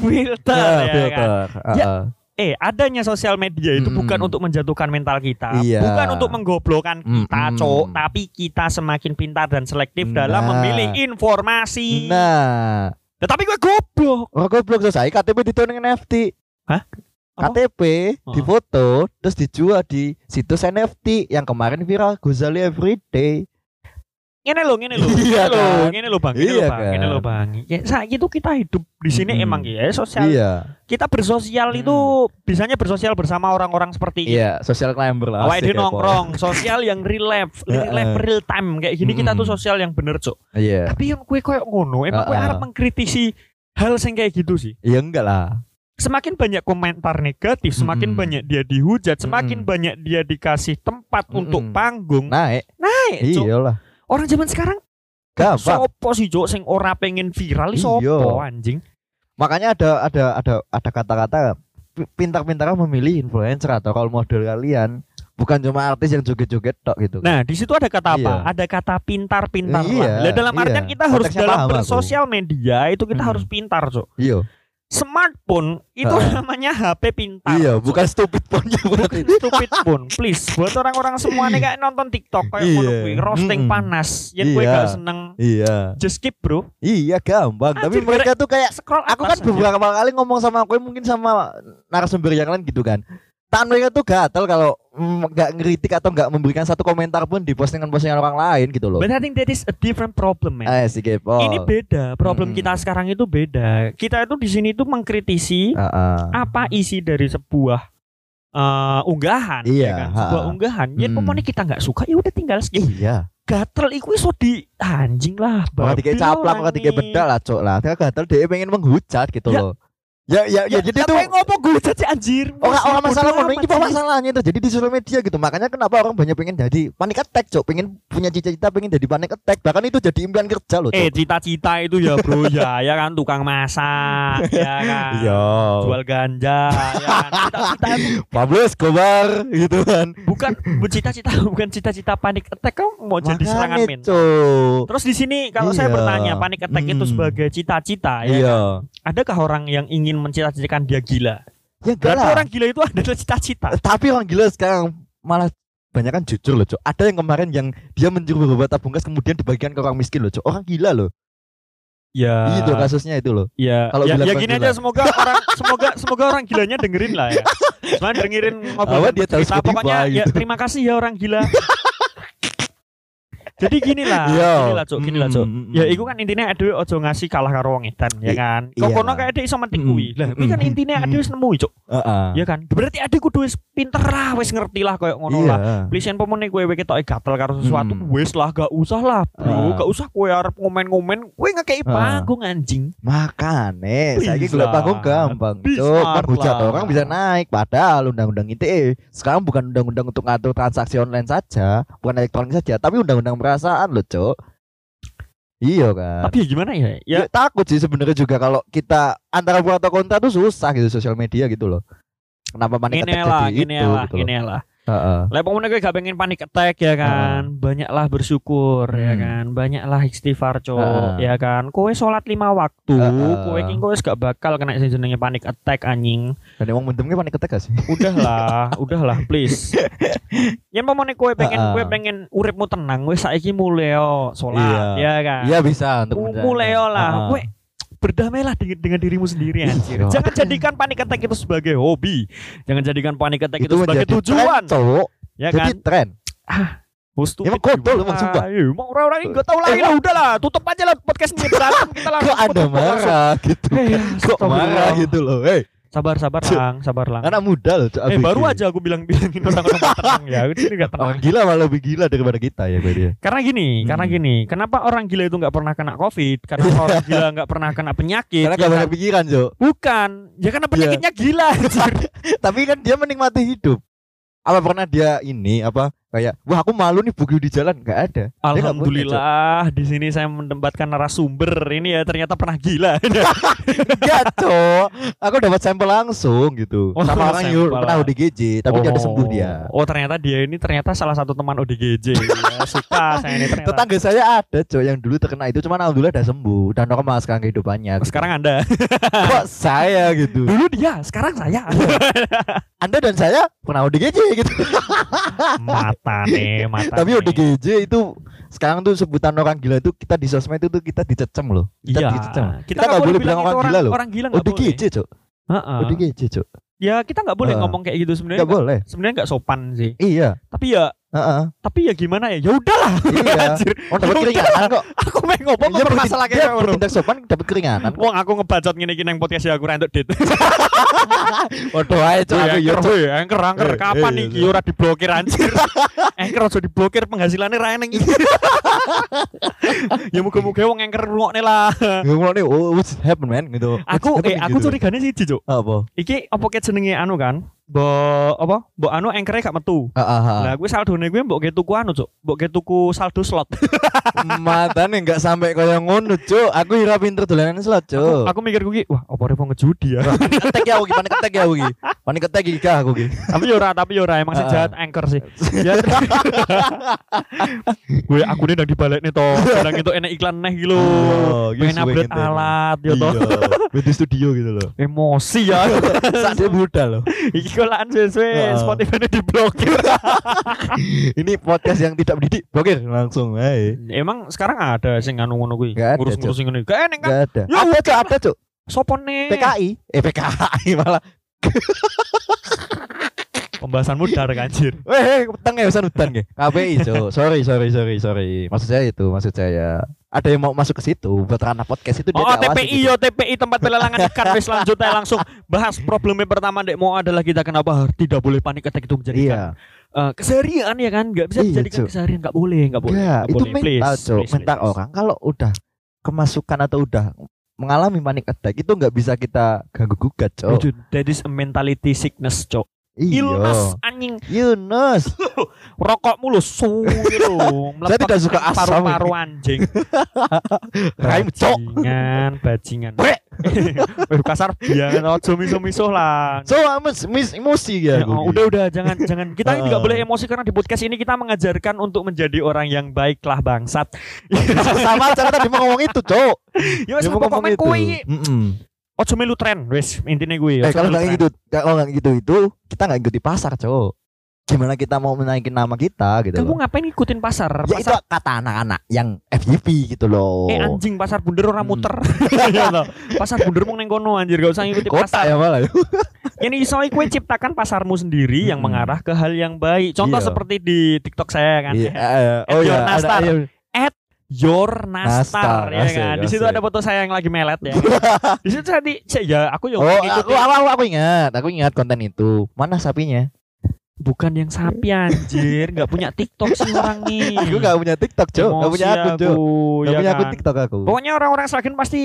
Speaker 2: filter
Speaker 1: Ya,
Speaker 2: kan ya kan?
Speaker 1: filter.
Speaker 2: Ya,
Speaker 1: Heeh.
Speaker 2: Eh, adanya sosial media itu
Speaker 1: Mm-mm.
Speaker 2: bukan untuk menjatuhkan mental kita,
Speaker 1: Iya.
Speaker 2: bukan untuk menggoblokkan kita,
Speaker 1: Mm-mm.
Speaker 2: cok, tapi kita semakin pintar dan selektif dalam
Speaker 1: Nah.
Speaker 2: memilih informasi.
Speaker 1: Nah,
Speaker 2: Tetapi gue goblok.
Speaker 1: orang Oh, goblok tuh saya KTP dituang NFT.
Speaker 2: Hah? Apa?
Speaker 1: KTP
Speaker 2: Oh.
Speaker 1: difoto terus dijual di situs NFT yang kemarin viral Gozali Everyday.
Speaker 2: Ngene lo, ngene lo,
Speaker 1: [LAUGHS] Iya
Speaker 2: ngene lo,
Speaker 1: kan?
Speaker 2: ngene lo bang, ngene lo
Speaker 1: Iya
Speaker 2: bang, ngene
Speaker 1: kan?
Speaker 2: lo bang. Ya, saat itu kita hidup di sini
Speaker 1: Mm-mm.
Speaker 2: emang ya sosial
Speaker 1: Iya.
Speaker 2: kita bersosial
Speaker 1: Hmm.
Speaker 2: itu bisanya bersosial bersama orang-orang seperti ini.
Speaker 1: Iya, social climber lah.
Speaker 2: Awalnya
Speaker 1: asik
Speaker 2: dia
Speaker 1: ya, Pol.
Speaker 2: nongkrong, sosial yang real life, real life,
Speaker 1: [LAUGHS] Heeh. Hmm.
Speaker 2: real time kayak gini kita tuh
Speaker 1: Mm-mm.
Speaker 2: sosial yang bener cok.
Speaker 1: Iya.
Speaker 2: Tapi yang kue koyok ngono, emang kue
Speaker 1: Heeh.
Speaker 2: harap mengkritisi hal yang kayak gitu sih.
Speaker 1: Ya enggak lah.
Speaker 2: Semakin banyak komentar negatif, semakin
Speaker 1: Mm-mm.
Speaker 2: banyak dia dihujat, semakin
Speaker 1: Mm-mm.
Speaker 2: banyak dia dikasih tempat
Speaker 1: Mm-mm. Iya.
Speaker 2: untuk panggung.
Speaker 1: Naik.
Speaker 2: Naik, Eh, Cuk.
Speaker 1: Iyalah.
Speaker 2: Orang zaman sekarang
Speaker 1: Gampang.
Speaker 2: sopo sih Cuk sing ora pengen viral
Speaker 1: Iya.
Speaker 2: sopo anjing.
Speaker 1: Makanya ada ada ada ada kata-kata pi- pintar-pintar memilih influencer atau role model kalian, bukan cuma artis yang joget-joget tok gitu.
Speaker 2: Nah, di situ ada kata apa?
Speaker 1: Iya.
Speaker 2: Ada kata pintar-pintar
Speaker 1: Iya,
Speaker 2: lah. Lah, dalam
Speaker 1: iya.
Speaker 2: artian kita harus
Speaker 1: Konteksnya
Speaker 2: dalam
Speaker 1: paham aku.
Speaker 2: bersosial media itu kita
Speaker 1: Hmm.
Speaker 2: harus pintar, Cuk.
Speaker 1: Iya.
Speaker 2: Smartphone itu
Speaker 1: Heeh.
Speaker 2: namanya HP pintar.
Speaker 1: Iya,
Speaker 2: Cuk.
Speaker 1: bukan stupid [LAUGHS] punya berarti.
Speaker 2: stupid pun please buat orang-orang semuanya kayak nonton TikTok kayak
Speaker 1: Iya.
Speaker 2: ngono kuwi roasting
Speaker 1: Mm-mm.
Speaker 2: panas yang gue
Speaker 1: Iya.
Speaker 2: gak seneng
Speaker 1: Iya,
Speaker 2: just skip bro
Speaker 1: iya gampang. Tapi
Speaker 2: Anjir,
Speaker 1: mereka tuh kayak
Speaker 2: scroll
Speaker 1: aku kan
Speaker 2: atas aja.
Speaker 1: beberapa kali ngomong sama aku mungkin sama narasumber yang lain gitu kan. Tangan mereka tuh gatel kalau mm, nggak ngeritik atau nggak memberikan satu komentar pun di postingan-postingan orang lain gitu loh.
Speaker 2: but I think that is a different problem man
Speaker 1: Eh si kepo.
Speaker 2: ini beda problem
Speaker 1: Mm-mm.
Speaker 2: kita sekarang itu beda kita itu di sini tuh mengkritisi
Speaker 1: Heeh.
Speaker 2: apa isi dari sebuah eh, unggahan
Speaker 1: Iya,
Speaker 2: ya kan sebuah
Speaker 1: ha.
Speaker 2: unggahan yang
Speaker 1: Mm.
Speaker 2: pokoknya kita nggak suka ya udah tinggal skip
Speaker 1: Iya.
Speaker 2: gatel iku iso di anjing lah
Speaker 1: Orang tiga
Speaker 2: babi
Speaker 1: caplang,
Speaker 2: lah
Speaker 1: orang tiga
Speaker 2: nih.
Speaker 1: bedak lah cok lah. Dia gatel dia pengen menghujat gitu
Speaker 2: Ya.
Speaker 1: loh. Ya ya ya,
Speaker 2: ya,
Speaker 1: jadi
Speaker 2: siapa
Speaker 1: tuh
Speaker 2: yang ngomong gue jadi anjir
Speaker 1: orang orang
Speaker 2: Bodoh
Speaker 1: masalah ngono
Speaker 2: amat
Speaker 1: iki apa
Speaker 2: sih.
Speaker 1: masalahnya itu jadi di sosial media gitu makanya kenapa orang banyak pengen jadi panic attack cok pengen punya cita-cita pengen jadi panic attack bahkan itu jadi impian kerja loh
Speaker 2: Eh
Speaker 1: cok
Speaker 2: cita-cita itu ya bro
Speaker 1: [LAUGHS]
Speaker 2: ya ya kan tukang masak ya kan
Speaker 1: iya
Speaker 2: jual ganja ya kan
Speaker 1: [LAUGHS]
Speaker 2: cita-cita itu
Speaker 1: Pablo Escobar gitu kan
Speaker 2: bukan bu- cita-cita bukan cita-cita panik attack kamu mau jadi serangan
Speaker 1: Makanya,
Speaker 2: men
Speaker 1: cok
Speaker 2: terus di sini kalau saya
Speaker 1: Iya.
Speaker 2: bertanya panik attack itu
Speaker 1: Hmm.
Speaker 2: sebagai cita-cita ya
Speaker 1: iya
Speaker 2: adakah orang yang ingin mencita-citakan dia gila
Speaker 1: ya enggak
Speaker 2: berarti
Speaker 1: lah
Speaker 2: orang gila itu adalah cita-cita
Speaker 1: tapi orang gila sekarang malah banyak kan jujur loh cok ada yang kemarin yang dia mencuri beberapa tabung gas kemudian dibagikan ke orang miskin loh cok orang gila loh
Speaker 2: ya
Speaker 1: itu kasusnya itu loh
Speaker 2: ya
Speaker 1: Kalau
Speaker 2: ya,
Speaker 1: bilang
Speaker 2: ya
Speaker 1: orang
Speaker 2: gini
Speaker 1: gila.
Speaker 2: aja semoga orang semoga semoga orang gilanya dengerin lah ya Cuman dengerin
Speaker 1: Awal
Speaker 2: ngobrolan
Speaker 1: dia tahu
Speaker 2: kita
Speaker 1: Spotify
Speaker 2: pokoknya ya
Speaker 1: gitu.
Speaker 2: terima kasih ya orang gila. Jadi gini lah,
Speaker 1: Iya.
Speaker 2: Ah, gini lah cok, gini lah cok.
Speaker 1: Mm, mm, mm.
Speaker 2: Ya iku kan intinya adewe ojo ngasih kalah karo wong edan, ya
Speaker 1: I-
Speaker 2: kan.
Speaker 1: iya.
Speaker 2: Kok kono kayak dhek iso metik
Speaker 1: Mm,
Speaker 2: kuwi. Lah, kuwi kan
Speaker 1: mm,
Speaker 2: intinya
Speaker 1: mm.
Speaker 2: adewe wis nemu cok,
Speaker 1: Heeh.
Speaker 2: ya kan. Berarti adewe kudu wis pinter lah, wis ngerti lah koyo ngono
Speaker 1: iya
Speaker 2: lah. Please pemene kowe ketoke gatel karo sesuatu,
Speaker 1: Mm.
Speaker 2: wis lah gak usah lah,
Speaker 1: Ah.
Speaker 2: Bro. Gak usah kowe arep ngomen-ngomen, kowe
Speaker 1: Ah.
Speaker 2: ngekei panggung anjing.
Speaker 1: Makane saiki
Speaker 2: Bisa.
Speaker 1: gelap panggung gampang.
Speaker 2: Bisa
Speaker 1: Cuk, menghujat
Speaker 2: lah.
Speaker 1: orang bisa naik padahal undang-undang ITE sekarang bukan undang-undang untuk ngatur transaksi online saja, bukan elektronik saja, tapi undang-undang perasaan loh, Cuk. Iya kan.
Speaker 2: Tapi ya gimana ya? Ya
Speaker 1: Ya, takut sih sebenarnya juga kalau kita antara pro atau kontra tuh susah gitu sosial media gitu loh. Kenapa panik
Speaker 2: ini
Speaker 1: attack
Speaker 2: lah,
Speaker 1: jadi
Speaker 2: ini
Speaker 1: itu
Speaker 2: lah,
Speaker 1: gitu loh.
Speaker 2: ini lah.
Speaker 1: Heeh.
Speaker 2: Lah pokoknya gue gak pengen panik attack ya kan. Banyaklah bersyukur ya
Speaker 1: Ah. Hmm.
Speaker 2: kan. Banyaklah istighfar cok
Speaker 1: Ah.
Speaker 2: ya kan. Kowe sholat lima waktu,
Speaker 1: Ah.
Speaker 2: kowe king kowe gak bakal kena sing jenenge panik attack anjing.
Speaker 1: Dan emang mendem ki panik ketek gak
Speaker 2: Nah.
Speaker 1: sih? [LAUGHS]
Speaker 2: Udahlah, udahlah please. Yang pamane kowe pengen
Speaker 1: Ah.
Speaker 2: kowe pengen uripmu tenang, kowe saiki mulai yo sholat
Speaker 1: Iya.
Speaker 2: ya kan.
Speaker 1: Iya bisa untuk
Speaker 2: U-
Speaker 1: menjaga. Ah.
Speaker 2: mulai yo lah.
Speaker 1: Heeh.
Speaker 2: Kowe berdamailah dengan, dengan dirimu sendiri anjir.
Speaker 1: Iya.
Speaker 2: Jangan jadikan panik attack itu sebagai hobi. Jangan jadikan panik attack itu, sebagai
Speaker 1: menjadi
Speaker 2: tujuan.
Speaker 1: tren, cowok.
Speaker 2: Ya
Speaker 1: Jadi
Speaker 2: kan?
Speaker 1: tren.
Speaker 2: Hostu
Speaker 1: Emang kontol, emang sumpah. Eh,
Speaker 2: Emang orang-orang ini gak tau lagi lah Udah lah tutup aja lah podcast ini Berantem kita lah
Speaker 1: Kok anda marah gitu? Kok marah gitu loh? Hei,
Speaker 2: Eh, Sabar sabar
Speaker 1: Cuk.
Speaker 2: lang Sabar lang
Speaker 1: anak muda loh. Cok,
Speaker 2: Eh
Speaker 1: abg.
Speaker 2: baru aja aku bilang-bilangin orang-orang buat tenang ya Ini gak tenang
Speaker 1: Orang gila malah lebih gila daripada kita ya gue dia.
Speaker 2: Karena gini
Speaker 1: Hmm.
Speaker 2: Karena gini Kenapa orang gila itu gak pernah kena covid Karena orang gila gak pernah kena penyakit
Speaker 1: Karena Iya.
Speaker 2: ya
Speaker 1: gak
Speaker 2: kan?
Speaker 1: banyak pikiran Cok.
Speaker 2: Bukan Ya karena penyakitnya gila anjir.
Speaker 1: Tapi kan dia menikmati hidup. Apa pernah dia ini apa kayak wah aku malu nih bugil di jalan nggak ada. Dia nggak boleh, Cok.
Speaker 2: Alhamdulillah di sini saya menempatkan narasumber Ini ya ternyata pernah gila [LAUGHS]
Speaker 1: Enggak, Cok. Aku dapat sampel langsung gitu.
Speaker 2: Oh,
Speaker 1: Sama orang yang
Speaker 2: sampel.
Speaker 1: pernah ODGJ, tapi dia udah sembuh dia.
Speaker 2: Oh ternyata dia ini ternyata salah satu teman ODGJ.
Speaker 1: [LAUGHS]
Speaker 2: ya, suka saya ini ternyata.
Speaker 1: Tetangga saya ada, Cok, yang dulu terkena itu cuman alhamdulillah udah sembuh dan normal sekarang kehidupannya. gitu.
Speaker 2: Sekarang anda.
Speaker 1: kok saya gitu.
Speaker 2: Dulu dia, sekarang
Speaker 1: [LAUGHS]
Speaker 2: saya.
Speaker 1: Anda dan saya pernah ODGJ gitu.
Speaker 2: mata nih, mata.
Speaker 1: Tapi
Speaker 2: nih.
Speaker 1: ODGJ itu sekarang tuh sebutan orang gila itu kita di sosmed itu tuh kita dicecem loh. gitu, Kita
Speaker 2: Iya.
Speaker 1: dicecem.
Speaker 2: Kita
Speaker 1: nggak
Speaker 2: nggak
Speaker 1: boleh bilang
Speaker 2: itu
Speaker 1: orang gila loh.
Speaker 2: Orang gila nggak boleh.
Speaker 1: ODGJ, Cok.
Speaker 2: Heeh.
Speaker 1: ODGJ, Cok.
Speaker 2: Ya kita nggak boleh
Speaker 1: Heeh.
Speaker 2: ngomong kayak gitu sebenarnya.
Speaker 1: Enggak boleh.
Speaker 2: nggak- Sebenarnya nggak sopan sih.
Speaker 1: Iya,
Speaker 2: Tapi ya,
Speaker 1: heeh.
Speaker 2: tapi ya gimana ya? Ya udahlah.
Speaker 1: Iya.
Speaker 2: [LAUGHS] Anjir,
Speaker 1: Orang dapat
Speaker 2: Yaudah.
Speaker 1: keringanan kok.
Speaker 2: aku main ngomong
Speaker 1: Dia
Speaker 2: ngomong masalah
Speaker 1: bertindak- dia
Speaker 2: kayak ngono.
Speaker 1: bertindak sopan dapat keringanan.
Speaker 2: Wong aku ngebacot ngene-ngene nang podcast ya aku ra entuk dit.
Speaker 1: [LAUGHS]
Speaker 2: [LAUGHS]
Speaker 1: Waduh ae Cok, aku yo,
Speaker 2: Angker,
Speaker 1: Cok.
Speaker 2: weh, angker, angker.
Speaker 1: Eh,
Speaker 2: Kapan
Speaker 1: iya,
Speaker 2: iki
Speaker 1: iya.
Speaker 2: ora diblokir anjir? [LAUGHS] Angker aja diblokir penghasilannya ra eneng iki. [LAUGHS] Ya muga-muga wong angker rungokne lah.
Speaker 1: Ngomong nih, oh, what's happen man gitu.
Speaker 2: [LAUGHS] Aku
Speaker 1: What's
Speaker 2: eh
Speaker 1: happening,
Speaker 2: aku
Speaker 1: gitu.
Speaker 2: curigane siji, Cuk.
Speaker 1: apa?
Speaker 2: Iki opo ket jenenge anu kan? Mbok apa? Mbok anu angkernya gak metu.
Speaker 1: Ah, ah, ah.
Speaker 2: Lah gue saldone gue mbok ge tuku anu, Cuk. Mbok ge tuku saldo slot.
Speaker 1: [LAUGHS] Matane enggak sampai kaya ngono, Cuk. Aku ira pinter dolanan slot, Cuk.
Speaker 2: [LAUGHS] Aku mikir gue, wah, apa repo ngejudi ya?
Speaker 1: Ketek ya aku ki, panik ketek ya aku ki. Panik ketek iki kah aku ki.
Speaker 2: tapi yo ora, tapi yo ora emang
Speaker 1: Ah.
Speaker 2: sejahat anchor sih. Ya.
Speaker 1: [LAUGHS]
Speaker 2: gue aku nih nang dibalekne to. Kadang itu enek iklan neh gitu lho.
Speaker 1: Oh, gitu
Speaker 2: Pengen
Speaker 1: suwe
Speaker 2: upgrade
Speaker 1: ngenteni.
Speaker 2: alat yo
Speaker 1: [LAUGHS]
Speaker 2: to.
Speaker 1: Iya, di studio gitu [LAUGHS] loh.
Speaker 2: Emosi ya.
Speaker 1: Saat dia budal loh.
Speaker 2: Iki kolaan suwe-suwe
Speaker 1: Heeh.
Speaker 2: Spotify-nya diblokir.
Speaker 1: Iya, Ini podcast yang tidak mendidik, bokir langsung. Hei.
Speaker 2: Emang sekarang ada sing anu ngono kuwi.
Speaker 1: Nggak ada,
Speaker 2: Ngurus-ngurus sing ngene. Gak enek kan.
Speaker 1: Enggak ada.
Speaker 2: Ya, iya.
Speaker 1: Ada Cuk, ada Cuk.
Speaker 2: Sopo ne?
Speaker 1: PKI. Eh PKI malah.
Speaker 2: Pembahasanmu dar
Speaker 1: [LAUGHS]
Speaker 2: anjir.
Speaker 1: Weh, hei, peteng ya urusan hutan ge. KPI Cuk. Sorry, sorry, sorry, sorry. Maksud saya itu, maksud saya. Ada yang mau masuk ke situ buat ranah podcast itu dia
Speaker 2: Oh,
Speaker 1: diawasi
Speaker 2: TPI
Speaker 1: gitu.
Speaker 2: yo TPI tempat pelelangan ikan wis lanjut aja langsung bahas problemnya pertama Dek mau adalah kita kenapa tidak boleh panik attack itu
Speaker 1: Iya.
Speaker 2: menjadikan eh, keseharian ya kan nggak
Speaker 1: Iya,
Speaker 2: bisa dijadikan
Speaker 1: Cuk. Iya.
Speaker 2: keseharian nggak boleh nggak boleh
Speaker 1: Enggak,
Speaker 2: nggak
Speaker 1: itu
Speaker 2: boleh.
Speaker 1: mental
Speaker 2: Please,
Speaker 1: Cuk.
Speaker 2: please,
Speaker 1: Mental
Speaker 2: please.
Speaker 1: orang kalau udah kemasukan atau udah mengalami panic attack itu nggak bisa kita ganggu gugat Cuk.
Speaker 2: Dude, that is a mentality sickness cok
Speaker 1: Iya.
Speaker 2: illness anjing
Speaker 1: Yunus.
Speaker 2: rokok mulu su lo
Speaker 1: [LAUGHS] Saya tidak suka asam
Speaker 2: paru-paru
Speaker 1: [LAUGHS]
Speaker 2: anjing
Speaker 1: Raim, Cok.
Speaker 2: bajingan bajingan [LAUGHS]
Speaker 1: Weh.
Speaker 2: Weh, kasar biar ojo misuh-misuh lah
Speaker 1: So amus mis emosi ya.
Speaker 2: Ya, oh, udah udah jangan jangan kita ini
Speaker 1: [LAUGHS]
Speaker 2: nggak
Speaker 1: Heeh.
Speaker 2: boleh emosi karena di podcast ini kita mengajarkan untuk menjadi orang yang baik lah
Speaker 1: [LAUGHS]
Speaker 2: bangsat. [LAUGHS]
Speaker 1: sama acara tadi mau ngomong itu, Cok.
Speaker 2: Ya wes
Speaker 1: Dia mau
Speaker 2: pokoknya kowe
Speaker 1: Mm-mm.
Speaker 2: ojo melu tren wes intinya gue.
Speaker 1: Eh
Speaker 2: ojo
Speaker 1: kalau
Speaker 2: melu
Speaker 1: nggak
Speaker 2: tren.
Speaker 1: gitu, kalau nggak gitu itu kita nggak ikuti pasar, Cok. Gimana kita mau menaikin nama kita gitu loh.
Speaker 2: Kamu ngapain ngikutin pasar?
Speaker 1: Ya itu
Speaker 2: pasar
Speaker 1: kata anak-anak yang FYP gitu loh.
Speaker 2: eh anjing pasar bunder orang
Speaker 1: Hmm. [LAUGHS]
Speaker 2: muter. Iya toh. pasar bunder mung neng kono anjir gak usah ngikutin
Speaker 1: Kota
Speaker 2: pasar.
Speaker 1: ya malah.
Speaker 2: Ini iso kowe ciptakan pasarmu sendiri yang
Speaker 1: Hmm.
Speaker 2: mengarah ke hal yang baik. Contoh
Speaker 1: Iya.
Speaker 2: seperti di TikTok saya kan.
Speaker 1: Iya, eh, Oh
Speaker 2: At your
Speaker 1: ya,
Speaker 2: nastar.
Speaker 1: ada- iya.
Speaker 2: Your
Speaker 1: Nastar,
Speaker 2: Nastar, ya
Speaker 1: asik,
Speaker 2: kan. Di situ
Speaker 1: asik.
Speaker 2: ada foto saya yang lagi melet
Speaker 1: [LAUGHS]
Speaker 2: ya. di situ tadi saya ya aku yang
Speaker 1: Oh, aku, aku, aku ingat, aku ingat konten itu. Mana sapinya?
Speaker 2: Hmm. bukan yang sapi anjir, nggak punya TikTok sih orang nih.
Speaker 1: Aku gak punya TikTok, Cok. Gak punya
Speaker 2: Emosi
Speaker 1: akun, Cok. Gak
Speaker 2: ya
Speaker 1: punya akun
Speaker 2: kan?
Speaker 1: TikTok aku.
Speaker 2: Pokoknya orang-orang Sragen pasti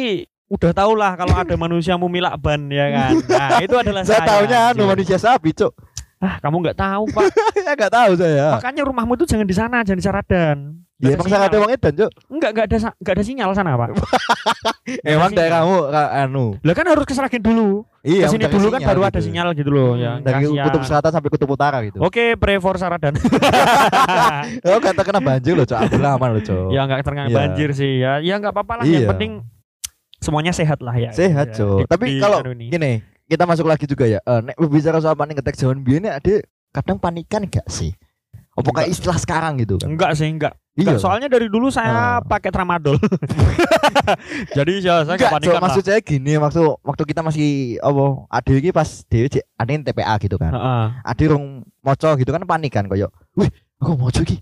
Speaker 2: udah tau lah kalau
Speaker 1: [LAUGHS]
Speaker 2: ada manusia mumilak ban ya kan. Nah, itu adalah
Speaker 1: Saya tahunya anu
Speaker 2: anjir.
Speaker 1: manusia sapi, Cok. [LAUGHS]
Speaker 2: Ah, kamu nggak tahu, Pak.
Speaker 1: Saya nggak tahu saya.
Speaker 2: Makanya rumahmu itu jangan di sana, jangan di Saradan.
Speaker 1: Ya emang sangat
Speaker 2: sinyal.
Speaker 1: emang edan, Cuk.
Speaker 2: Enggak, enggak ada sa- enggak ada sinyal sana,
Speaker 1: [LAUGHS]
Speaker 2: Pak.
Speaker 1: Emang
Speaker 2: sinyal.
Speaker 1: daerahmu ka- anu.
Speaker 2: Lah kan harus ke Sragen dulu.
Speaker 1: Iya,
Speaker 2: Ke sini
Speaker 1: emang
Speaker 2: dulu kan
Speaker 1: sinyal
Speaker 2: baru
Speaker 1: gitu. Hmm,
Speaker 2: ada sinyal gitu loh ya.
Speaker 1: Dari
Speaker 2: kasihan. Oh.
Speaker 1: kutub selatan sampai kutub utara gitu.
Speaker 2: Oke, pray for
Speaker 1: [LAUGHS]
Speaker 2: Saradan. [LAUGHS]
Speaker 1: Oh, kata kena banjir loh, Cuk. Abdul aman loh, Cuk.
Speaker 2: ya enggak terkena
Speaker 1: Iya.
Speaker 2: banjir sih ya. Ya enggak apa-apa lah, yang
Speaker 1: Iya.
Speaker 2: penting semuanya sehat lah ya.
Speaker 1: Sehat,
Speaker 2: Ya,
Speaker 1: Cuk.
Speaker 2: di-
Speaker 1: Tapi
Speaker 2: di-
Speaker 1: kalau
Speaker 2: aduh ini.
Speaker 1: gini, kita masuk lagi juga ya. Eh, nek bicara soal panik attack zaman biyen ada kadang panikan gak sih? Apa kayak istilah sekarang gitu kan?
Speaker 2: Enggak sih, enggak. Enggak, soalnya dari dulu
Speaker 1: Ah.
Speaker 2: saya pakai
Speaker 1: [LAUGHS]
Speaker 2: tramadol. Jadi ya saya enggak
Speaker 1: Enggak,
Speaker 2: panikan
Speaker 1: Cuk,
Speaker 2: lah.
Speaker 1: maksud saya gini, waktu waktu kita masih apa, ada ini pas dhewe cek ane TPA gitu kan.
Speaker 2: Heeh.
Speaker 1: Ade rong moco gitu kan panik kan koyo. Wih, aku moco iki.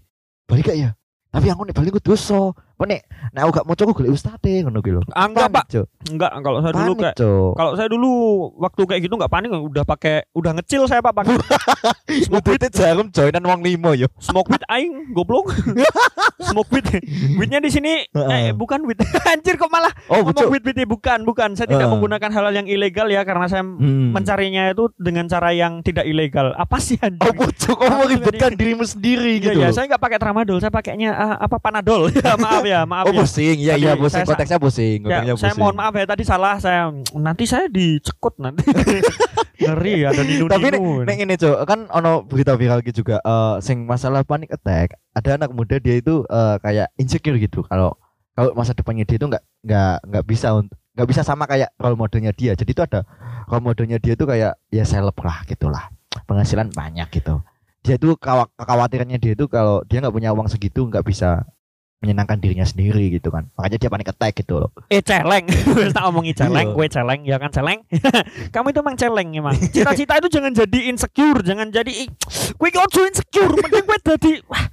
Speaker 1: Balik gak ya? Tapi aku nek balik ku dosa. Apa nek nek aku gak moco aku golek ustate ngono kuwi lho.
Speaker 2: Ah, Enggak, Pak.
Speaker 1: Cuk.
Speaker 2: Enggak, kalau saya dulu
Speaker 1: Panik,
Speaker 2: kayak
Speaker 1: Cuk.
Speaker 2: kalau saya dulu waktu kayak gitu enggak panik, udah pakai udah ngecil saya Pak
Speaker 1: [LAUGHS]
Speaker 2: pakai smoke
Speaker 1: Udute jarum joinan wong limo yo.
Speaker 2: smoke weed aing
Speaker 1: [LAUGHS]
Speaker 2: goblok. smoke weed. Weednya di sini
Speaker 1: Heeh.
Speaker 2: eh bukan weed. [LAUGHS] Anjir kok malah
Speaker 1: Oh,
Speaker 2: ngomong
Speaker 1: Cuk.
Speaker 2: weed weed bukan, bukan. Saya tidak
Speaker 1: Heeh.
Speaker 2: menggunakan hal-hal yang ilegal ya karena saya
Speaker 1: Hmm.
Speaker 2: mencarinya itu dengan cara yang tidak ilegal. Apa sih anjir?
Speaker 1: Oh, Cuk, kamu
Speaker 2: Apa
Speaker 1: ribetkan dirimu sendiri
Speaker 2: Iya,
Speaker 1: gitu.
Speaker 2: iya,
Speaker 1: loh. Oh,
Speaker 2: saya nggak pakai tramadol, saya pakainya ah, apa panadol. [LAUGHS] Ya, maaf ya,
Speaker 1: Oh,
Speaker 2: maaf ya.
Speaker 1: pusing. Iya,
Speaker 2: Tadi
Speaker 1: iya, pusing.
Speaker 2: saya-
Speaker 1: Konteksnya pusing.
Speaker 2: Ya,
Speaker 1: Konteksnya pusing.
Speaker 2: saya mohon maaf ya tadi salah saya nanti saya dicekut [LAUGHS] nanti ngeri ya dan ninu
Speaker 1: Tapi nek nek ini Cuk, kan ono berita viral iki juga eh sing masalah panic attack, ada anak muda dia itu eh, kayak insecure gitu kalau kalau masa depannya dia itu nggak nggak nggak bisa untuk nggak bisa sama kayak role modelnya dia. Jadi itu ada role modelnya dia itu kayak ya seleb lah gitulah. Penghasilan banyak gitu. Dia itu kawa- kekhawatirannya dia itu kalau dia nggak punya uang segitu nggak bisa menyenangkan dirinya sendiri gitu kan. Makanya dia panic attack gitu [LAUGHS] loh.
Speaker 2: eh celeng Wis tak omongi
Speaker 1: Iya.
Speaker 2: celeng kue celeng ya kan celeng [LAUGHS] kamu itu emang celeng emang cita-cita itu jangan jadi insecure jangan jadi "Ih, kue kau insecure mending kue jadi wah.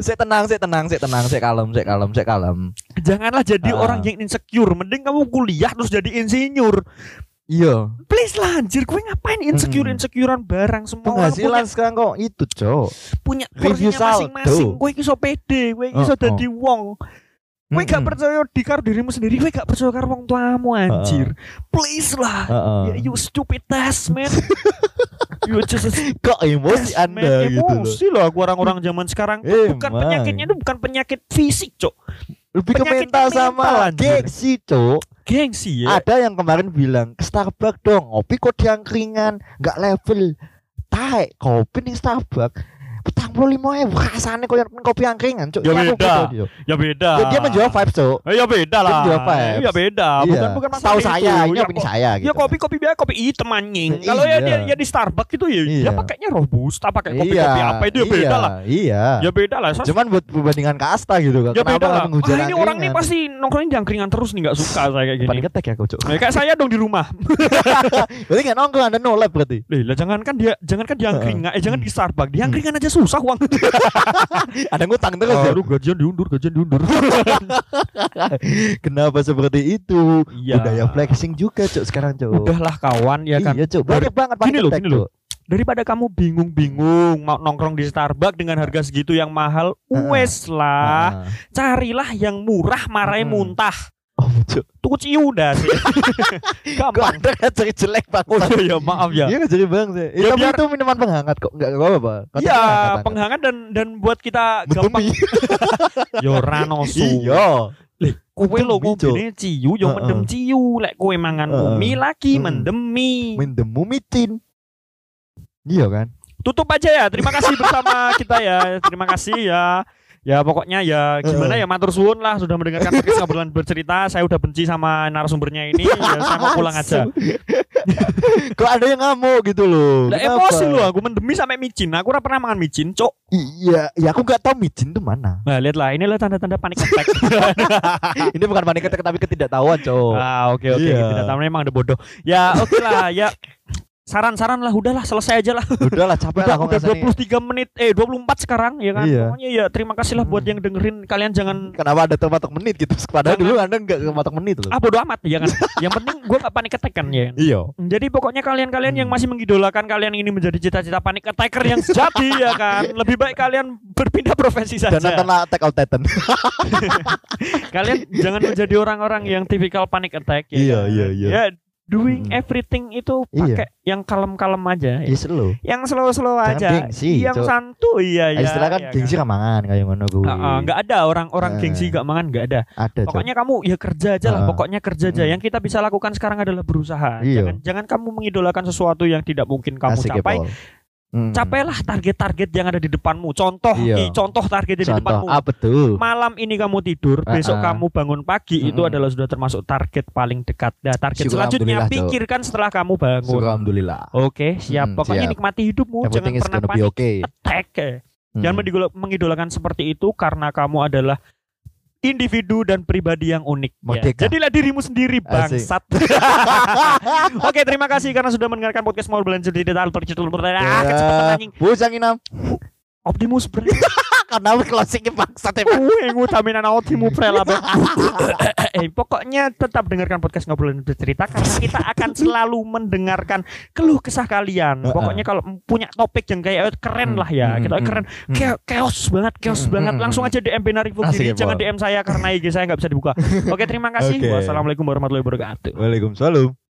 Speaker 1: saya tenang, saya tenang, saya tenang, saya kalem, saya kalem, saya kalem.
Speaker 2: janganlah jadi
Speaker 1: Ah.
Speaker 2: orang yang insecure mending kamu kuliah terus jadi insinyur
Speaker 1: Iya.
Speaker 2: please lah anjir kue ngapain insecure
Speaker 1: Mm-mm.
Speaker 2: insecurean barang semua orang punya
Speaker 1: Penghasilan sekarang kok itu, Cok.
Speaker 2: punya
Speaker 1: Review
Speaker 2: porsinya masing-masing.
Speaker 1: saldo.
Speaker 2: Kowe iki iso pede, kowe iki
Speaker 1: Oh,
Speaker 2: iso
Speaker 1: oh.
Speaker 2: dadi wong. Kowe gak
Speaker 1: Mm-mm.
Speaker 2: percaya di karo dirimu sendiri, kowe gak percaya karo wong tuamu anjir. Please lah.
Speaker 1: Heeh.
Speaker 2: Ya, you stupid ass [LAUGHS] man. you just a stupid
Speaker 1: kok emosi
Speaker 2: ass, man.
Speaker 1: Anda gitu loh.
Speaker 2: Emosi loh Mm. Eh, aku orang-orang zaman sekarang. Bukan
Speaker 1: Emang.
Speaker 2: penyakitnya itu bukan penyakit fisik, Cok.
Speaker 1: Lebih ke
Speaker 2: penyakit
Speaker 1: mental
Speaker 2: mental,
Speaker 1: sama
Speaker 2: anjir.
Speaker 1: gengsi, Cok.
Speaker 2: Gengsi ya.
Speaker 1: Ada yang kemarin bilang, "Ke Starbucks dong, ngopi kok diangkringan, nggak level." Taek kopi nih Starbucks. Petang puluh lima ewu rasanya kau kopi angkringan cok Ini
Speaker 2: Ya
Speaker 1: Iya, aku
Speaker 2: beda.
Speaker 1: bodoh, Cok.
Speaker 2: Ya beda.
Speaker 1: Ya, dia menjawab vibes cok
Speaker 2: Eh, Ya beda
Speaker 1: Dia
Speaker 2: lah.
Speaker 1: menjawab vibes.
Speaker 2: Ya beda. Bukan
Speaker 1: Iya.
Speaker 2: bukan
Speaker 1: Setahu
Speaker 2: masalah
Speaker 1: saya
Speaker 2: itu.
Speaker 1: ini
Speaker 2: Ya,
Speaker 1: opini
Speaker 2: kok-
Speaker 1: saya gitu
Speaker 2: Ya kopi kopi biasa kopi hitam anjing.
Speaker 1: Iya.
Speaker 2: Kalau ya dia ya di Starbucks itu ya dia
Speaker 1: Iya.
Speaker 2: pakainya robusta, pakai kopi kopi apa itu ya
Speaker 1: iya,
Speaker 2: beda lah.
Speaker 1: iya
Speaker 2: Ya beda lah. Sos.
Speaker 1: cuman buat perbandingan kasta gitu kan
Speaker 2: Ya beda lah.
Speaker 1: menghujat
Speaker 2: Ah, ini orang ini
Speaker 1: angkringan?
Speaker 2: pasti nongkrongin di angkringan terus nih nggak suka saya kayak gini.
Speaker 1: paling ketek ya kau cok
Speaker 2: Ya, kayak saya dong di rumah.
Speaker 1: berarti nggak nongkrong anda no lab berarti
Speaker 2: Lih, lah jangan kan dia jangan kan di angkringan, eh jangan di Starbucks, di angkringan aja susah uang.
Speaker 1: ada ngutang terus ya
Speaker 2: [LAUGHS] Aduh gajian diundur, gajian diundur.
Speaker 1: Kenapa seperti itu?
Speaker 2: [LAUGHS] Iya.
Speaker 1: Budaya flexing juga, Cok, sekarang, Cok.
Speaker 2: Udahlah kawan ya kan.
Speaker 1: Iya, Cok. Banyak banget
Speaker 2: Gini
Speaker 1: panic
Speaker 2: loh,
Speaker 1: attack,
Speaker 2: gini loh.
Speaker 1: Cok.
Speaker 2: Daripada kamu bingung-bingung mau nongkrong di Starbucks dengan harga segitu yang mahal,
Speaker 1: Heeh.
Speaker 2: wes
Speaker 1: Ah.
Speaker 2: lah. Carilah yang murah, marai
Speaker 1: Heeh.
Speaker 2: muntah.
Speaker 1: Oh, Cok.
Speaker 2: Tuku ciu dah [LAUGHS] sih.
Speaker 1: Kok
Speaker 2: Gampang.
Speaker 1: Anda ngajari jelek, Pak?
Speaker 2: Oh iya, ya, maaf ya.
Speaker 1: Iya, ngajari bang. sih. Eh,
Speaker 2: Ya,
Speaker 1: tapi
Speaker 2: biar-
Speaker 1: itu minuman penghangat kok. Enggak apa-apa. Kata
Speaker 2: Iya,
Speaker 1: penghangat, angkat.
Speaker 2: penghangat dan dan buat kita gampang. Oh,
Speaker 1: Bentumi.
Speaker 2: Yorano
Speaker 1: Iya.
Speaker 2: Kue lo
Speaker 1: Bentumi, Cok.
Speaker 2: ngobrolnya ciu, yo
Speaker 1: Heeh.
Speaker 2: mendem ciu. Lek kue mangan
Speaker 1: Heeh.
Speaker 2: umi lagi
Speaker 1: Mm-mm.
Speaker 2: mendemi.
Speaker 1: Mendemu micin. Iya kan?
Speaker 2: Tutup aja ya. Terima kasih bersama kita ya. Terima kasih ya. Ya pokoknya ya gimana ya matur suwun lah sudah mendengarkan podcast ngobrolan bercerita. Saya udah benci sama narasumbernya
Speaker 1: [LAUGHS]
Speaker 2: ini. Ya, saya mau pulang aja.
Speaker 1: Kok ada yang ngamuk gitu loh.
Speaker 2: Lah
Speaker 1: Kenapa?
Speaker 2: emosi lu ah. aku mendemi sampai micin. Aku ora pernah makan micin, cok.
Speaker 1: Iya, ya aku enggak tahu micin tuh mana.
Speaker 2: Nah, lihatlah inilah tanda-tanda panik attack.
Speaker 1: [LAUGHS] Ini bukan panik attack tapi ketidaktahuan, Cok.
Speaker 2: Ah oke oke
Speaker 1: Iya.
Speaker 2: tidak tahu memang ada bodoh. Ya oke lah ya saran-saran lah udahlah selesai aja lah.
Speaker 1: Udahlah capek
Speaker 2: Udah,
Speaker 1: lah aku
Speaker 2: udah
Speaker 1: ngerasa nih.
Speaker 2: 23 menit eh 24 sekarang ya kan.
Speaker 1: Iya.
Speaker 2: Pokoknya ya terima kasih lah buat
Speaker 1: Hmm.
Speaker 2: yang dengerin kalian jangan
Speaker 1: Kenapa ada terpatok menit gitu? Padahal
Speaker 2: Jangan.
Speaker 1: dulu Anda enggak terpatok menit loh.
Speaker 2: ah bodo amat ya kan. yang penting gua gak panik attack kan ya. kan?
Speaker 1: Iya.
Speaker 2: Jadi pokoknya kalian-kalian yang
Speaker 1: Hmm.
Speaker 2: masih mengidolakan kalian ini menjadi cita-cita panik attacker yang sejati ya kan. Lebih baik kalian berpindah profesi saja.
Speaker 1: Dan nontonlah Attack on [LAUGHS] Titan.
Speaker 2: kalian jangan menjadi orang-orang yang tipikal panic attack ya.
Speaker 1: Iya,
Speaker 2: kan?
Speaker 1: iya, iya.
Speaker 2: Ya doing
Speaker 1: Hmm.
Speaker 2: everything itu
Speaker 1: Iya.
Speaker 2: pakai yang kalem-kalem aja ya.
Speaker 1: Yes lo.
Speaker 2: yang slow-slow
Speaker 1: Jangan
Speaker 2: aja
Speaker 1: gengsi,
Speaker 2: yang
Speaker 1: Cok.
Speaker 2: santuy ya ya
Speaker 1: Istilah kan
Speaker 2: ya
Speaker 1: gengsi ramangan kayak ngono kuwi.
Speaker 2: Ah, ah, nggak ada
Speaker 1: Eh.
Speaker 2: orang-orang gengsi gak mangan nggak ada
Speaker 1: Ada, Cok.
Speaker 2: pokoknya kamu ya kerja aja lah
Speaker 1: Ah.
Speaker 2: pokoknya kerja aja
Speaker 1: Hmm.
Speaker 2: yang kita bisa lakukan sekarang adalah berusaha
Speaker 1: Iya.
Speaker 2: jangan jangan kamu mengidolakan sesuatu yang tidak mungkin kamu
Speaker 1: Asik ya, Pol.
Speaker 2: capai
Speaker 1: Mm.
Speaker 2: capailah target-target yang ada di depanmu contoh
Speaker 1: Iya.
Speaker 2: nih contoh target di
Speaker 1: Contoh ah,
Speaker 2: depanmu
Speaker 1: apa tuh?
Speaker 2: malam ini kamu tidur,
Speaker 1: Ah,
Speaker 2: besok
Speaker 1: ah.
Speaker 2: kamu bangun pagi itu
Speaker 1: Mm-mm.
Speaker 2: adalah sudah termasuk target paling dekat. Nah, target
Speaker 1: Syukur
Speaker 2: selanjutnya
Speaker 1: alhamdulillah, Cok.
Speaker 2: pikirkan setelah kamu bangun.
Speaker 1: Alhamdulillah.
Speaker 2: Oke, siap.
Speaker 1: Mm,
Speaker 2: Pokoknya
Speaker 1: siap.
Speaker 2: nikmati hidupmu,
Speaker 1: Yang
Speaker 2: jangan
Speaker 1: penting is
Speaker 2: pernah
Speaker 1: gonna be
Speaker 2: panik
Speaker 1: okay.
Speaker 2: attack. eh.
Speaker 1: Mm.
Speaker 2: Jangan mendigol- mengidolakan seperti itu karena kamu adalah individu dan pribadi yang unik. ya.
Speaker 1: Merdeka.
Speaker 2: Jadilah dirimu sendiri,
Speaker 1: Asik.
Speaker 2: bangsat. [LAUGHS]
Speaker 1: [LAUGHS]
Speaker 2: Oke, terima kasih karena sudah mendengarkan podcast mau belanja di detail percetul
Speaker 1: Ya.
Speaker 2: Ah, kecepatan anjing.
Speaker 1: Bu sanginam.
Speaker 2: Optimus [LAUGHS] Prime.
Speaker 1: Karena closingnya bangsa teh.
Speaker 2: Uwe ngutamain anak otimu prelabe. eh, pokoknya tetap dengarkan podcast ngobrolin bercerita karena kita akan selalu mendengarkan keluh kesah kalian.
Speaker 1: Heeh.
Speaker 2: Pokoknya kalau punya topik yang kayak keren lah ya,
Speaker 1: Hmm,
Speaker 2: kita
Speaker 1: hmm,
Speaker 2: keren,
Speaker 1: hmm.
Speaker 2: Ke- chaos banget, chaos
Speaker 1: Hmm,
Speaker 2: banget.
Speaker 1: hmm,
Speaker 2: Langsung aja DM Benari
Speaker 1: Asik
Speaker 2: Fogiri,
Speaker 1: ya,
Speaker 2: jangan
Speaker 1: Pol. [LAUGHS]
Speaker 2: DM saya karena IG saya nggak bisa dibuka. Oke, terima kasih.
Speaker 1: Oke.
Speaker 2: Wassalamualaikum warahmatullahi wabarakatuh.
Speaker 1: Waalaikumsalam.